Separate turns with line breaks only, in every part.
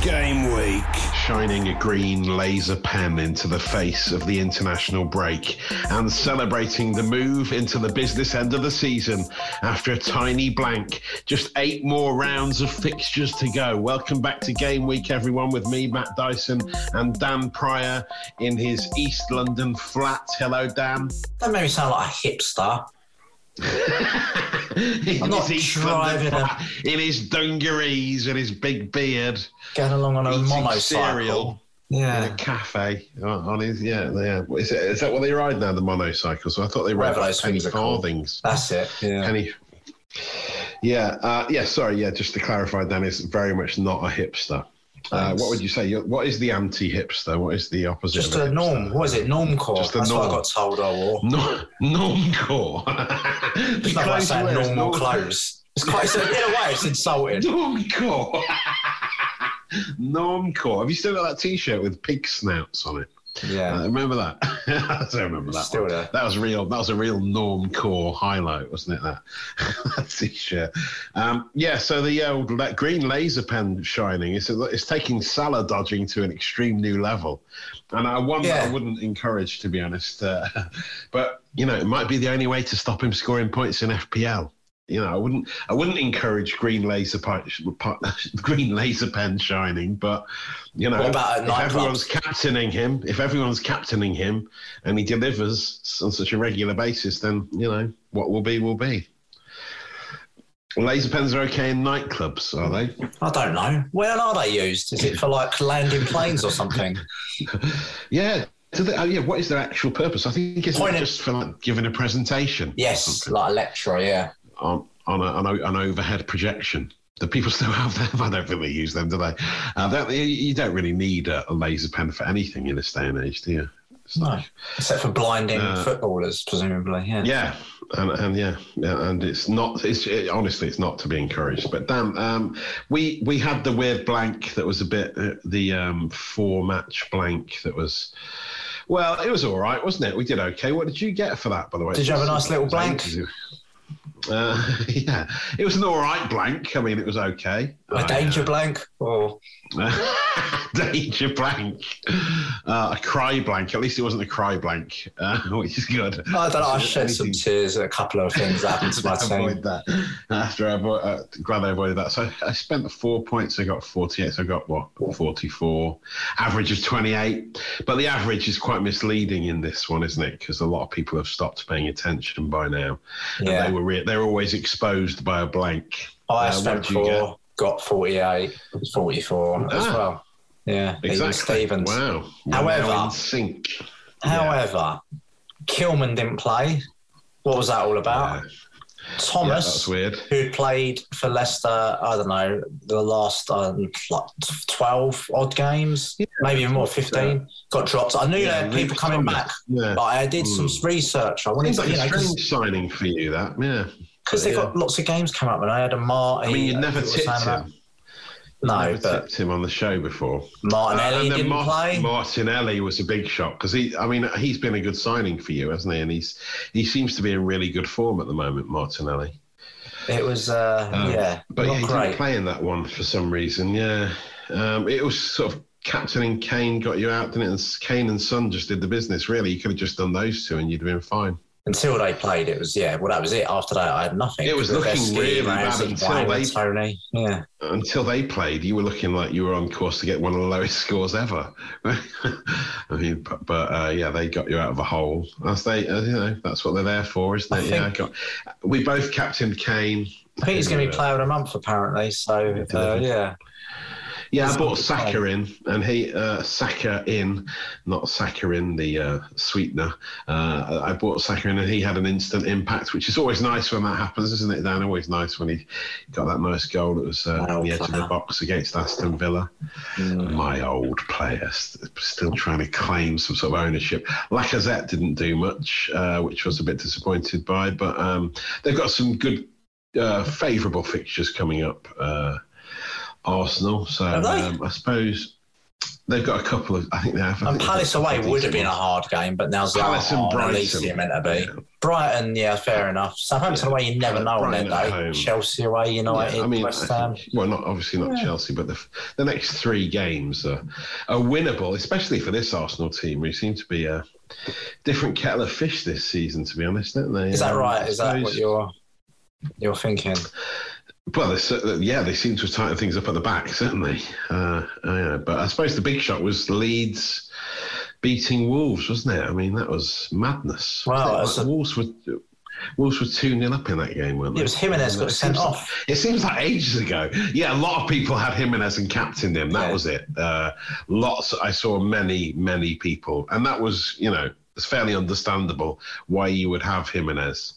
Game week.
shining a green laser pen into the face of the international break and celebrating the move into the business end of the season after a tiny blank. Just eight more rounds of fixtures to go. Welcome back to Game Week, everyone, with me, Matt Dyson, and Dan Pryor in his East London flat. Hello, Dan.
That made me sound like a hipster.
in
I'm not
his East
driving
London
a-
flat, in his dungarees and his big beard,
Going along on a
eating
monocycle.
cereal. in
Yeah.
a cafe on- on his yeah yeah is, it, is that what they ride now the monocycle so I thought they ride
Whatever
like
those
penny
things are called.
farthings
That's it. Yeah.
penny yeah uh, yeah sorry yeah just to clarify Dan is very much not a hipster uh,
Thanks.
what would you say You're, what is the anti hipster what is the opposite
Just
of
a
hipster?
norm. What is it? Normcore.
Just a
That's what I
norm.
got told I wore.
no, normcore The
It's not like
clothes you
saying
wear is
normal
norm-
clothes. It's quite, it's, in a way, it's insulting.
normcore normcore have you still got that t-shirt with pig snouts on it Uh,
Yeah.
remember that? I don't remember that.
Still
one.
there.
That was real. That was a real norm core highlight, wasn't it? That, that t-shirt. Um, yeah. So the old la- green laser pen shining. It's it's taking salad dodging to an extreme new level, and I one that I
Yeah.
wouldn't encourage to be honest. Uh, but you know, it might be the only way to stop him scoring points in FPL. You know, I wouldn't, I wouldn't encourage green laser pi- pi- green laser pen shining, but you know,
What about at
if
nightclubs?
everyone's captaining him, if everyone's captaining him, and he delivers on such a regular basis, then you know what will be will be. Laser pens are okay in nightclubs, are they?
I don't know. Where are they used? Is it for like landing planes or something?
Yeah. Do they, oh, yeah. What is their actual purpose? I think it's
Point
not
at-
just for like, giving a presentation.
Yes, like a lecturer, yeah.
on on, a, on a, an overhead projection. Do people still have them? I don't think they use them, do they? Uh, that, you- you don't really need a, a laser pen for anything in this day and age, do you? It's
No.
like-
Except for blinding
Uh,
footballers, presumably, yeah.
yeah, and, and yeah, yeah, and it's not. It's it, honestly, it's not to be encouraged. But damn, um, we we had the weird blank that was a bit uh, the um, four match blank that was. Well, it was all right, wasn't it? We did okay. What did you get for that, by the way?
Did you have a nice little blank?
Uh, yeah, it was an all right blank. I mean, it was okay. uh,
A danger blank or
danger blank, uh, a cry blank. At least it wasn't a cry blank, uh, which is good.
I don't know. I
Is there
shed some
anything-
tears at a couple of things that happened to my team.
avoid that. After I avoid, uh, glad I avoided that. So I spent the four points. I got forty-eight. So I got what forty-four. Average of twenty-eight. But the average is quite misleading in this one, isn't it? Because a lot of people have stopped paying attention by now. And
Yeah.
they were re- they're always exposed by a blank.
I
Uh,
spent
what did you
four, got 48, 44 as
Ah.
well. Yeah, even
Exactly.
Stevens.
Wow. We're
However-
now in sync.
However, Kilman didn't play. What was that all about?
Yeah. Yeah,
Thomas,
that's weird.
who played for Leicester, I don't know, the last um, like 12 odd games, maybe even more, 15, got dropped. I knew
Yeah,
there were people
Luke
coming
Thomas.
back,
Yeah. Hmm.
but I did some research. I wanted
Seems
to,
like
you
a
know,
strange signing for you, that. Yeah.
because
but
they've got lots of games coming up, and I had a Marty.
I mean, you
uh,
never
people
tipped
saying about-
him.
No,
Never
but
tipped him on the show before. Uh,
Martinelli
and then
didn't
Mar-
play.
Martinelli was a big shock because he, I mean, he's been a good signing for you, hasn't he? And he's he seems to be in really good form at the moment, Martinelli.
it was, uh,
Um,
yeah,
but
not
yeah, he
great.
didn't play in that one for some reason. Yeah, um, it was sort of captaining Kane got you out, didn't it? And Kane and Son just did the business. Really, you could have just done those two, and you'd have been fine.
Until they played, it was yeah. Well, that was it. After that, I had nothing.
It was looking really bad until they-
Tony. Yeah,
Until they played, you were looking like you were on course to get one of the lowest scores ever. I mean, but, but uh, yeah, they got you out of a hole. As they, uh, you know, that's what they're there for, isn't
I
it? yeah, I
think-
got, we both captained Kane. Uh,
Peter's going to be player of the month apparently. So uh,
delivered.
yeah,
Yeah, I
He's
bought
a good
Saka in, and he uh, Saka in, not Saka in the uh, sweetener. Uh, I bought Saka in, and he had an instant impact, which is always nice when that happens, isn't it, Dan? Always nice when he got that nice goal that was uh,
Wow,
on the edge of the
player.
box against Aston Villa. My old player, st- still trying to claim some sort of ownership. Lacazette didn't do much, uh, which was a bit disappointed by, but um, they've got some good, uh, favourable fixtures coming up. Uh, Arsenal. So
Have they?
um, I suppose they've got a couple of. I think they have. I
and
think they've
Palace
got a
away
couple of
would have been a
decent ones.
hard game, but now
Palace and
Zaha are at least
Brighton.
they're meant to be. Brighton, yeah, fair enough. Southampton away, you never know on their
Brighton at
day.
home.
Chelsea away, United,
Yeah, I mean,
West
I
Ham.
think- well, not obviously not Chelsea, but the f- the next three games are, are winnable, especially for this Arsenal team, who seem to be a different kettle of fish this season. To be honest, aren't they?
Is that
Um,
right?
I
Is that what
suppose-
you're you're thinking?
Well, they, cer- yeah, they seem to have tightened things up at the back, certainly. Uh, yeah, but I suppose the big shot was Leeds beating Wolves, wasn't it? I mean, that was madness. wasn't
Wow,
it?
that's
Like,
a-
Wolves were Wolves were two 0 up in that game, weren't they?
It was Jimenez got
It
sent
seems-
off.
It seems like ages ago. Yeah, a lot of people had Jimenez and captained him. That
Yeah.
was it. Uh, lots. I saw many, many people, and that was, you know, it's fairly understandable why you would have Jimenez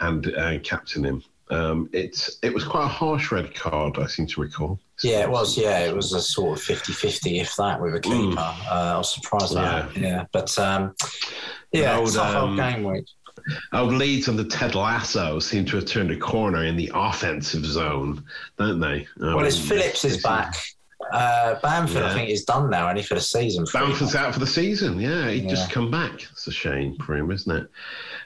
and uh, captain him. Um, it's it was quite a harsh red card, I seem to recall.
Yeah, it was. Yeah, it was a sort of 50-50, if that, with a keeper. Uh, I was surprised by
Hmm. Yeah.
that. Yeah, but um, yeah,
Old,
it's tough old
um,
game week.
Old Oh, Leeds under Ted Lasso seem to have turned a corner in the offensive zone, don't they? Um,
Well, it's Phillips is back. Uh, Bamford,
Yeah.
I think, is done now, only for the season.
Bamford's out for the season. Yeah, he'd just
Yeah.
come back. It's a shame for him, isn't it?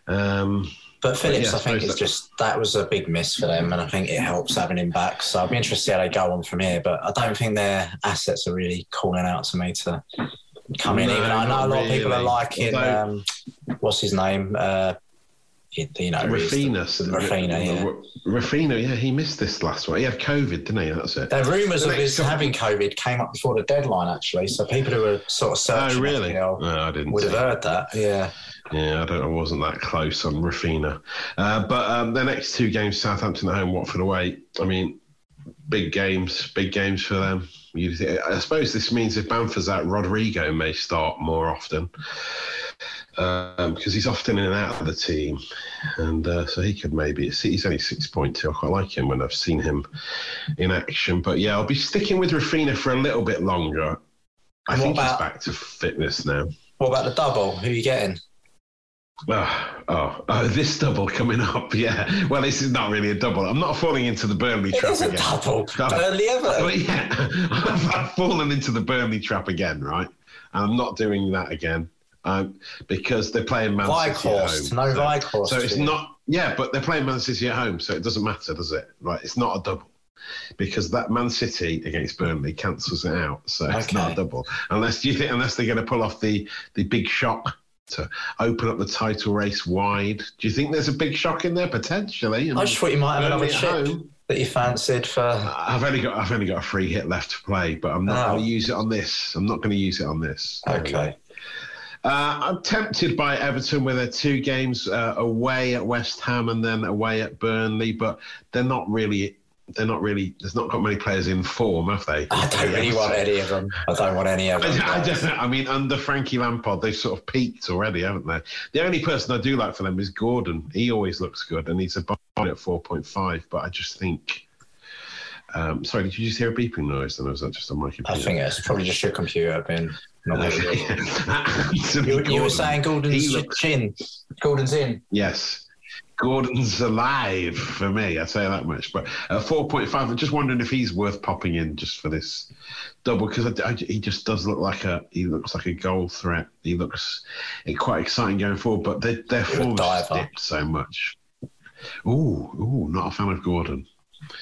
Um,
But Phillips,
yeah,
I think,
suppose
is
that-
just that was a big miss for them, and I think it helps having him back. So I'll be interested to see how they go on from here. But I don't think their assets are really calling out to me to come in.
No,
Even though I know a lot of people are
really.
liking
Although-
um, what's his name, uh, you, you know, he's the-
Rafina. so-
Raphinha, yeah.
Raphinha, yeah, he missed this last one. He had COVID, didn't he? That's it.
The rumours
The
of his
next-
having COVID came up before the deadline, actually. So people who were sort of searching,
Oh, really?
you know,
No, I didn't.
would have
see.
heard that. Yeah,
Yeah, I don't. I wasn't that close on Rafina. Uh, but um, the next two games: Southampton at home, Watford away. I mean, big games, big games for them. You, I suppose this means if Bamford's out, Rodrigo may start more often because he's often in and out of the team, and uh, so he could maybe. He's only six point two. I quite like him when I've seen him in action. But yeah, I'll be sticking with Rafina for a little bit longer. I
And what
think he's
about-
back to fitness now.
What about the double? Who are you getting?
Oh, oh, oh, this double coming up, yeah. Well, this is not really a double. I'm not falling into the Burnley
It
trap
is a
again.
double.
Double.
Burnley Everton.
But yeah, I've, I've fallen into the Burnley trap again, right? And I'm not doing that again um, because they're playing Man City at
Vykhorst.
home.
No
so,
Vykhorst.
so it's not, yeah, but they're playing Man City at home, so it doesn't matter, does it? Right, it's not a double because that Man City against Burnley cancels it out, so it's
Okay.
not a double unless you think unless they're going to pull off the the big shock to open up the title race wide. Do you think there's a big shock in there potentially?
I just thought you might have another
Burnley at
chip
home.
that you fancied for.
I've only got I've only got a free hit left to play, but I'm not
Oh.
going to use it on this. I'm not going to use it on this.
Okay.
Uh, I'm tempted by Everton with their two games uh, away at West Ham and then away at Burnley, but they're not really. They're not really. There's not got many players in form, have they?
I don't really want any of them. I don't want any of them.
I, I don't know. I mean, under Frankie Lampard, they've sort of peaked already, haven't they? The only person I do like for them is Gordon. He always looks good, and he's a buy at 4.5. But I just think. Um, sorry, did you just hear a beeping noise? And was that just on my
I
computer?
think it's probably just your computer being. Not
Okay.
really-
Anthony
you, you were
Gordon.
saying
He
Gordon's
looks-
chin. Gordon's in.
yes. Gordon's alive for me. I'd say that much. But uh, 4.5, I'm just wondering if he's worth popping in just for this double because I, I, he just does look like a he looks like a goal threat. He looks eh, quite exciting going forward, but they, their
You're a
form's just
diver.
dipped so much. Ooh, ooh, not a fan of Gordon.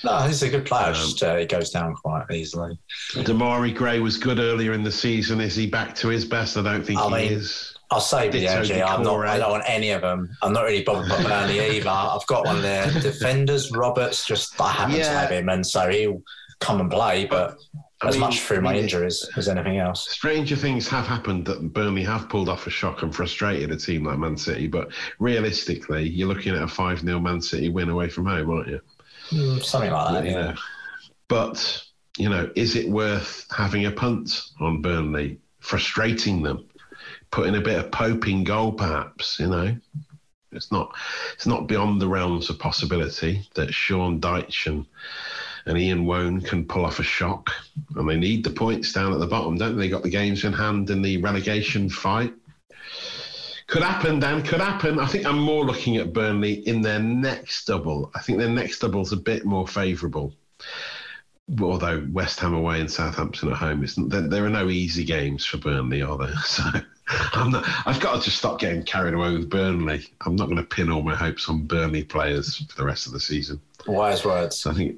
No, he's a good player.
Um,
Just uh, he goes down quite easily.
Damari Gray was good earlier in the season. Is he back to his best? I don't think
I
he
mean,
is.
I'll save the
Ditto
OG. I'm not.
Decore.
I don't want any of them. I'm not really bothered by Burnley either. I've got one there. Defenders Roberts. Just I happen to
Yeah.
have him, and so he'll come and play. But
I
as
mean,
much through my
we-
injuries as anything else.
Stranger things have happened that Burnley have pulled off a shock and frustrated a team like Man City, but realistically, you're looking at a 5 0 Man City win away from home, aren't you? Hmm.
Something like that.
You
Yeah.
know. But, you know, is it worth having a punt on Burnley, frustrating them, putting a bit of Pope in goal, perhaps, you know? It's not, it's not beyond the realms of possibility that Sean Deitch and, and Ian Wone can pull off a shock, and they need the points down at the bottom, don't they? They got the games in hand in the relegation fight. Could happen, Dan. Could happen. I think I'm more looking at Burnley in their next double. I think their next double's a bit more favourable. Although West Ham away and Southampton at home, it's, there, there are no easy games for Burnley, are there? So I'm not, I've got to just stop getting carried away with Burnley. I'm not going to pin all my hopes on Burnley players for the rest of the season.
Wise words.
So I think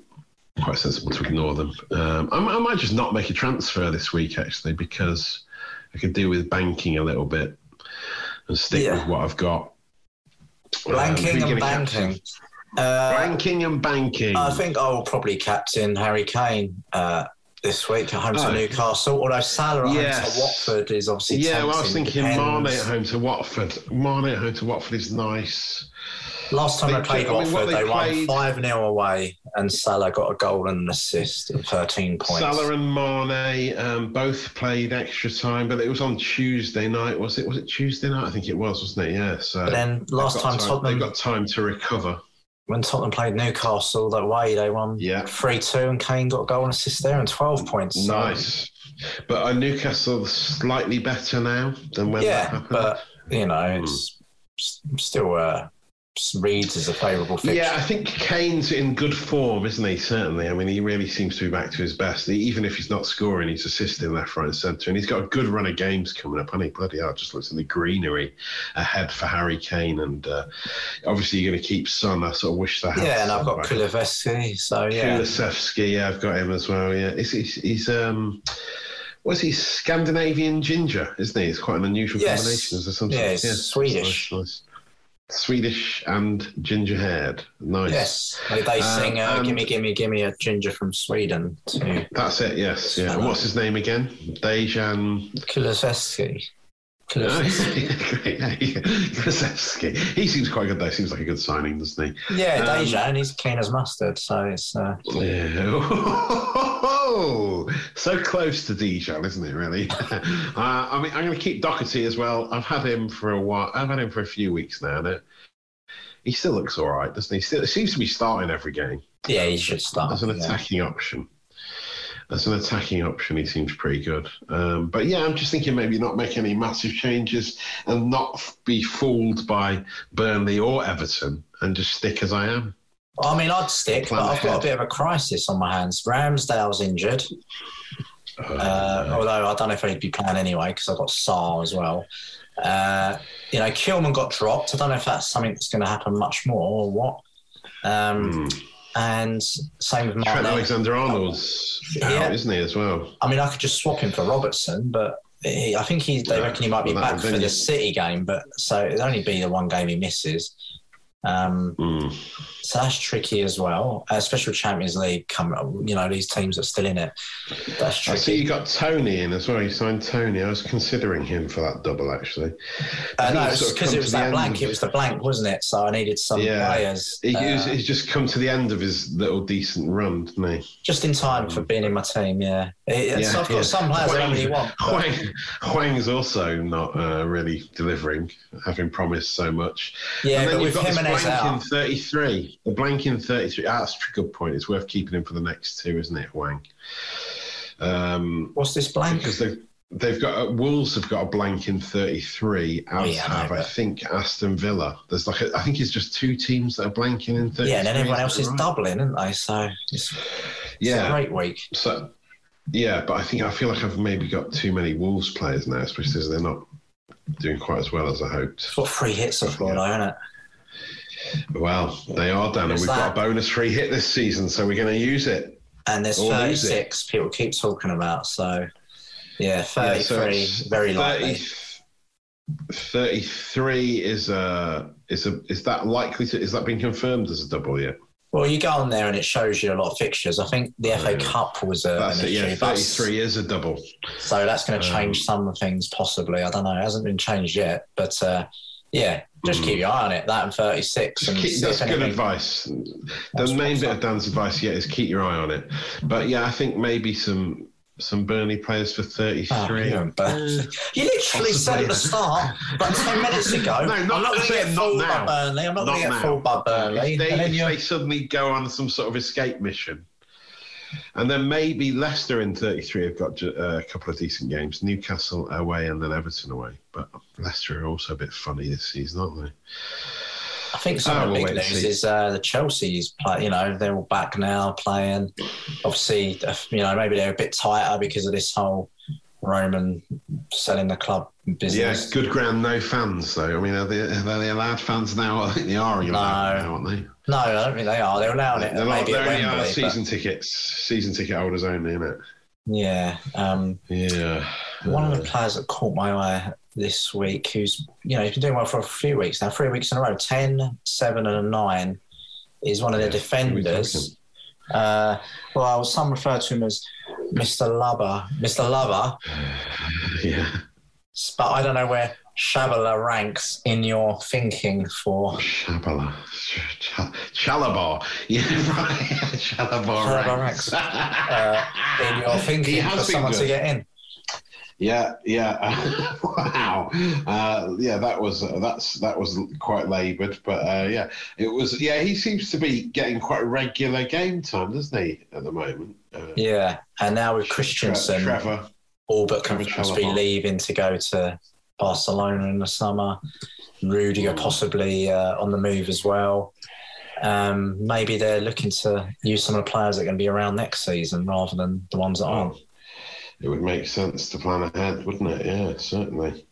it's quite sensible to ignore them. Um, I, I might just not make a transfer this week actually because I could do with banking a little bit and stick
Yeah.
with what I've got. Um,
Blanking
who
and
gonna captain?
banking. Uh,
Blanking and banking.
I think I'll probably captain Harry Kane uh, this week at home
Oh.
to Newcastle. Although Salah at home
Yes.
to Watford is obviously
yeah, well, I was
tempting,
thinking Mane
depends.
at home to Watford. Mane at home to Watford is nice.
Last time
They
they played
ju- I mean, what
Watford,
they
they,
played-
won 5 0 away, and Salah got a goal and an assist at 13 points.
Salah and Mane um, both played extra time, but it was on Tuesday night, was it? Was it Tuesday night? I think it was, wasn't it? Yeah. So
but then last
they've
time
got
Tottenham,
they've got time to recover.
when Tottenham played Newcastle, that way they won
Yeah.
3 2, and Kane got a goal and assist there and 12 points. So,
Nice. But are Newcastle slightly better now than when that
yeah,
happened?
but, you know, it's s- still uh, s- reads as a favourable fixture.
yeah, I think Kane's in good form, isn't he? Certainly. I mean, he really seems to be back to his best. He- even if he's not scoring, he's assisting left, right, and centre. And he's got a good run of games coming up, hasn't he? Bloody hell, just looks at the greenery ahead for Harry Kane. And uh, obviously, you're going to keep Son. I sort of wish that
Yeah, and I've got Kulevski, so yeah.
Kulisevsky, yeah, I've got him as well. Yeah, he's, he's, he's um, what's he? Scandinavian ginger, isn't he? It's quite an unusual
Yes.
combination, is there something?
Yeah, it's Swedish.
Nice, nice. Swedish and ginger haired. Nice.
Yes, they, they
Um,
sing uh,
and-
"Gimme, Gimme, Gimme" a ginger from Sweden to
That's it. Yes. Yeah. And what's his name again? Dejan.
Kulusevski.
Kulisevsky. he seems quite good. though. seems like a good signing, doesn't he?
Yeah,
Um,
Dejan, and he's clean as mustard, so it's uh,
Yeah. so close to Dijon, isn't it? Really. uh, I mean, I'm going to keep Doherty as well. I've had him for a while. I've had him for a few weeks now. And it, he still looks all right, doesn't he? Still seems to be starting every game
yeah, he should start.
as an
Oh, yeah.
attacking option. As an attacking option, he seems pretty good. Um, but yeah, I'm just thinking maybe not make any massive changes and not f- be fooled by Burnley or Everton and just stick as I am.
I mean, I'd stick, but
Plan
I've got
ahead.
a bit of a crisis on my hands. Ramsdale's injured, uh, although I don't know if he'd be playing anyway because I've got Saar as well. Uh, you know, Kilman got dropped. I don't know if that's something that's going to happen much more or what. Um,
Hmm.
And same with
Trent
Martinelli.
Alexander Arnold's
Oh, Yeah.
out, isn't he, as well?
I mean, I could just swap him for Robertson, but he, I think he, they
Yeah,
reckon he might be
well, that
back
would
for
be-
the City game, but so it'd only be the one game he misses. Um,
Mm.
so that's tricky as well, uh, especially with Champions League coming. up, You know, these teams are still in it. That's
I see
tricky.
you got Tony in as well. You signed Tony. I was considering him for that double, actually.
Uh, no,
He's
it's
sort of
because
come
it
to
was
the
that
end
blank.
of-
It was the blank, wasn't it? So I needed some
Yeah.
players.
He,
uh,
he's, he's just come to the end of his little decent run, didn't he?
just in time for being in my team, yeah. It- it's- I've got some players I don't really want. but-
Huang, Huang's also not uh, really delivering, having promised so much.
Yeah,
and then
but
you've
with
got this
Jimenez
blank in
out,
33. The blank in 33. Ah, that's a good point. It's worth keeping him for the next two, isn't it, Huang? Um,
what's this blank?
because they They've got uh, Wolves have got a blank in 33, as
Oh, yeah, I know,
have I
but-
think Aston Villa. There's like a, I think it's just two teams that are blanking in 33.
Yeah, and then everyone
that
else is
right?
doubling, aren't they? So it's, it's a
Yeah,
great week.
so yeah, but I think I feel like I've maybe got too many Wolves players now, especially as they're not doing quite as well as I hoped.
It's what three hits are for, though, isn't it?
Well, they are done, and
What's
we've
that?
got a bonus free hit this season, so we're going to use it.
And there's
Or lose it.
36 people keep talking about. So yeah,
Yeah,
33,
so it's
very likely.
33 is a is a is that likely to is that been confirmed as a double yet?
Well, you go on there and it shows you a lot of fixtures. I think the FA Cup was a,
Oh, That's
an
it. Yeah,
issue. Uh, That's-
33 is a double.
So that's
Um,
going to change some of the things possibly. I don't know. It hasn't been changed yet, but uh, yeah, just keep your eye on it. That and 36.
Mm. Just
And
keep-
see
that's
if
good
anything-
advice. The main bit of Dan's advice yet is keep your eye on it. But yeah, I think maybe some some Burnley players for
Oh,
33.
you're embarrassing. you literally said at the start, about 10 minutes ago,
No, not-
I'm not going to get
saying not
fooled by
now.
Burnley. I'm not,
Not
going to get
now.
fooled by Burnley.
if they,
and then
if
you
they suddenly go on some sort of escape mission. And then maybe Leicester in 33 have got ju- uh, a couple of decent games Newcastle away and then Everton away. But Leicester are also a bit funny this season, aren't they?
I think some
Oh,
of the
we'll
big
wait and
news
see.
is uh, the Chelsea's play. You know, they're all back now playing. Obviously, uh, you know maybe they're a bit tighter because of this whole Roman selling the club
Yeah,
business.
good ground, no fans, though. I mean, are they, are they allowed fans now? I think they are allowed
No.
now, aren't they?
No, I don't think they are. They're allowing it.
They're, not,
maybe
they're
at
only uh,
Wembley, but-
season tickets, season ticket holders only, isn't it?
yeah. Um,
Yeah.
one of the players that caught my eye this week, who's you know he's been doing well for a few weeks now, three weeks in a row, 10, 7 and a nine, is one of their
Yeah, who we
defenders. Uh, well, some refer to him as Mr. Lubber, Mr. Lover,
yeah.
but I don't know where Shabala ranks in your thinking for
Shabala. Ch- Chalabar. Yeah, right. Chalabar
Chalabar
ranks.
uh, in your
He
thinking
has
for
been
someone to
good.
get in.
Yeah, yeah. wow. Uh, yeah, that was that's that was quite laboured, but uh, yeah, it was. Yeah, he seems to be getting quite regular game time, doesn't he, at the moment? Uh,
Yeah, and now with Christensen,
Trevor.
all but
Trevor
confirmed to be
Chalobah.
leaving to go to Barcelona in the summer.
Mm.
Rudiger possibly uh, on the move as well. Um, maybe they're looking to use some of the players that are going to be around next season rather than the ones that aren't.
Mm. It would make sense to plan ahead, wouldn't it? Yeah, certainly.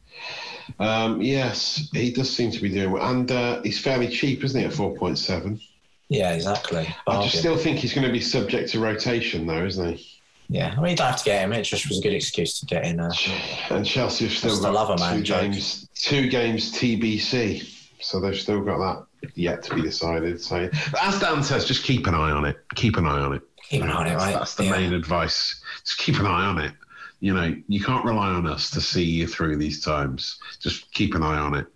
Um, yes, he does seem to be doing well, and uh, he's fairly cheap, isn't he? At four point seven.
Yeah, exactly.
I just
Bargain.
still think he's going to be subject to rotation, though, isn't he?
yeah, I mean, you don't have to get him. It just was a good excuse to get in. Uh,
And Chelsea have still
That's the
got
lover
two
man joke.
games, two games TBC, so they've still got that yet to be decided. So, but as Dan says, just keep an eye on it. Keep an eye on it.
keep an eye on it,
That's,
right?
that's the
Yeah.
main advice. Just keep an eye on it. You know, you can't rely on us to see you through these times. Just keep an eye on it.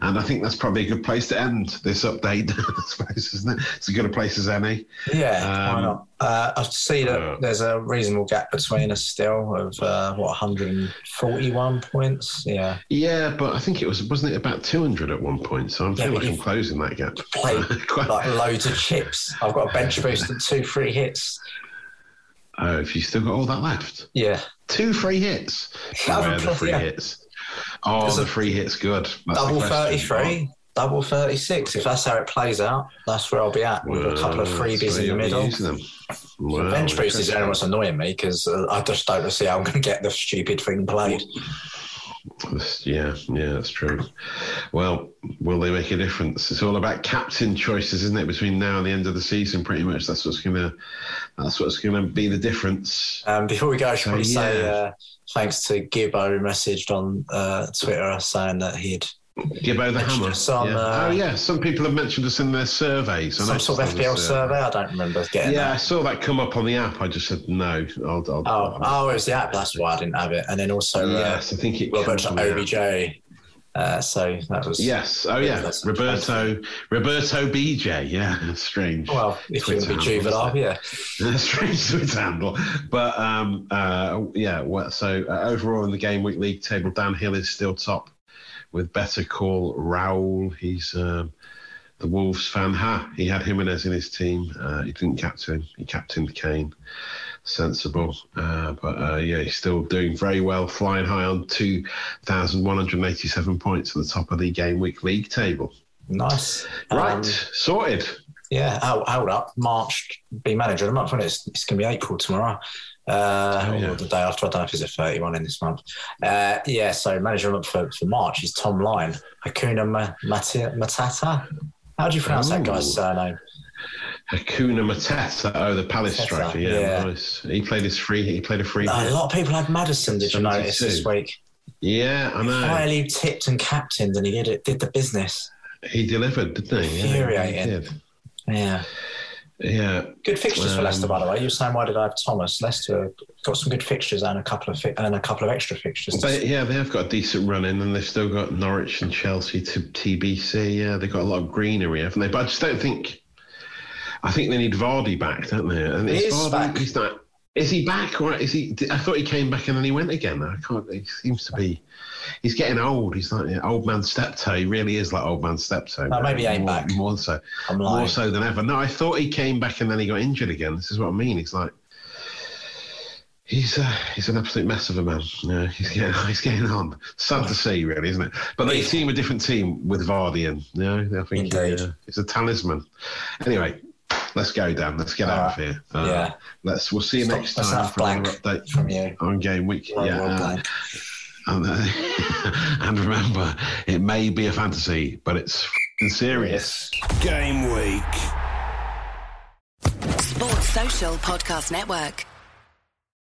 And I think that's probably a good place to end this update, I suppose, isn't it? It's as good a place as any.
Yeah, why
Um,
not? Uh, I see that
uh,
there's a reasonable gap between us still of uh, what 141 points. Yeah.
Yeah, but I think it was, wasn't it about 200 at one point? So I'm
Yeah,
feeling
but
like I'm
you've
closing that gap.
played
Quite-
like loads of chips. I've got a bench boost and two free hits.
Oh, if you still got all that left.
Yeah,
Two free hits.
Have a
Where are the
play,
free
yeah.
hits? Oh,
There's
the
a-
free hit's good. That's the
double
question.
33, double 36. If that's how it plays out, that's where I'll be at with a couple of
Wow, that's
freebies
where
in the
you'll be
middle.
using them. Wow,
bench boost is the
okay.
only what's annoying me because uh, I just don't see how I'm going to get the stupid thing played.
That's- Yeah, yeah, that's true. Well, will they make a difference? It's all about captain choices, isn't it? Between now and the end of the season, pretty much. That's what's gonna. That's what's gonna be the difference.
Um, before we go, I should
So,
probably say
yeah.
uh, thanks to Gibbo who messaged on uh, Twitter saying that he'd
Gibbo the
Mentioned
hammer.
us on,
yeah.
uh,
oh yeah, some people have mentioned us in their surveys. I
some
noticed
sort of
there
FPL
was, uh,
survey. I don't remember getting
Yeah,
that.
I saw that come up on the app. I just said no. I'll, I'll,
Oh,
I'll-
oh, it was the app. That's why I didn't have it. And then also, uh,
yes, I think it.
Robert
comes on the app.
OBJ. Uh, so that was
Yes. Oh
Yeah,
yeah,
that's
Roberto. Roberto BJ. Yeah, strange.
Well, if you want to be
Twitter
juvenile,
handle, isn't it?
yeah.
strange Twitter handle. But um, uh, yeah. Well, so uh, overall in the game week league table, Dan Hill is still top with better call Raul. He's um, the Wolves fan. Ha! He had Jimenez in his team. Uh, he didn't captain him. He captained Kane. sensible. Uh, but uh, yeah, he's still doing very well, flying high on 2,187 points at the top of the game week league table.
Nice.
Right,
Um,
sorted.
yeah, hold, hold up. March be manager of the month, is It's, it's going to be April tomorrow. Uh,
Oh, yeah.
Or the day after. I don't know if it's a 31 in this month. Uh, yeah, so manager of the month for, for March is Tom Lyon. Hakuna Ma- Mati- Matata? How do you pronounce that
Ooh.
guy's surname?
Hakuna Matata. Oh, the Palace
Mateta,
striker. Yeah,
yeah.
nice. He played his free. He played a free.
A
hit.
lot of people had Madison, did you notice, this
72.
week?
Yeah, I know.
Highly tipped and captained, and he did it, did the business.
He delivered, didn't he? Yeah, he
Infuriating.
did.
Yeah.
Yeah.
Good fixtures for
Um,
Leicester, by the way. You were saying why did I have Thomas? Leicester got some good fixtures and a couple of fi- and a couple of extra fixtures.
They, yeah, they have got a decent run in, and they've still got Norwich and Chelsea to TBC. Yeah, they've got a lot of greenery, haven't they? But I just don't think. I think they need Vardy back, don't they? And
He
it's
is
Vardy,
back.
He's not. Is he back or is he? I thought he came back and then he went again. I can't. He seems to be. He's getting old. He's like yeah, old man Steptoe. He really is like old man Steptoe.
No, maybe he ain't
more,
back.
More so,
I'm lying.
more so than ever. No, I thought he came back and then he got injured again. This is what I mean. It's like. He's uh, he's an absolute mess of a man. Yeah, he's getting he's getting on. Sad to see, really, isn't it? But they seem a different team with Vardy in. You know, I think uh,
Indeed.
it's a talisman. Anyway, let's go, Dan. Let's get out of here. Uh,
yeah.
Let's. We'll see you
Stop-
next
let's
time
have
for another
blank
update
from you.
on game week.
Well,
yeah.
well
uh,
played.
and, uh, and remember, it may be a fantasy, but it's f***ing serious.
Game week.
Sports Social Podcast Network.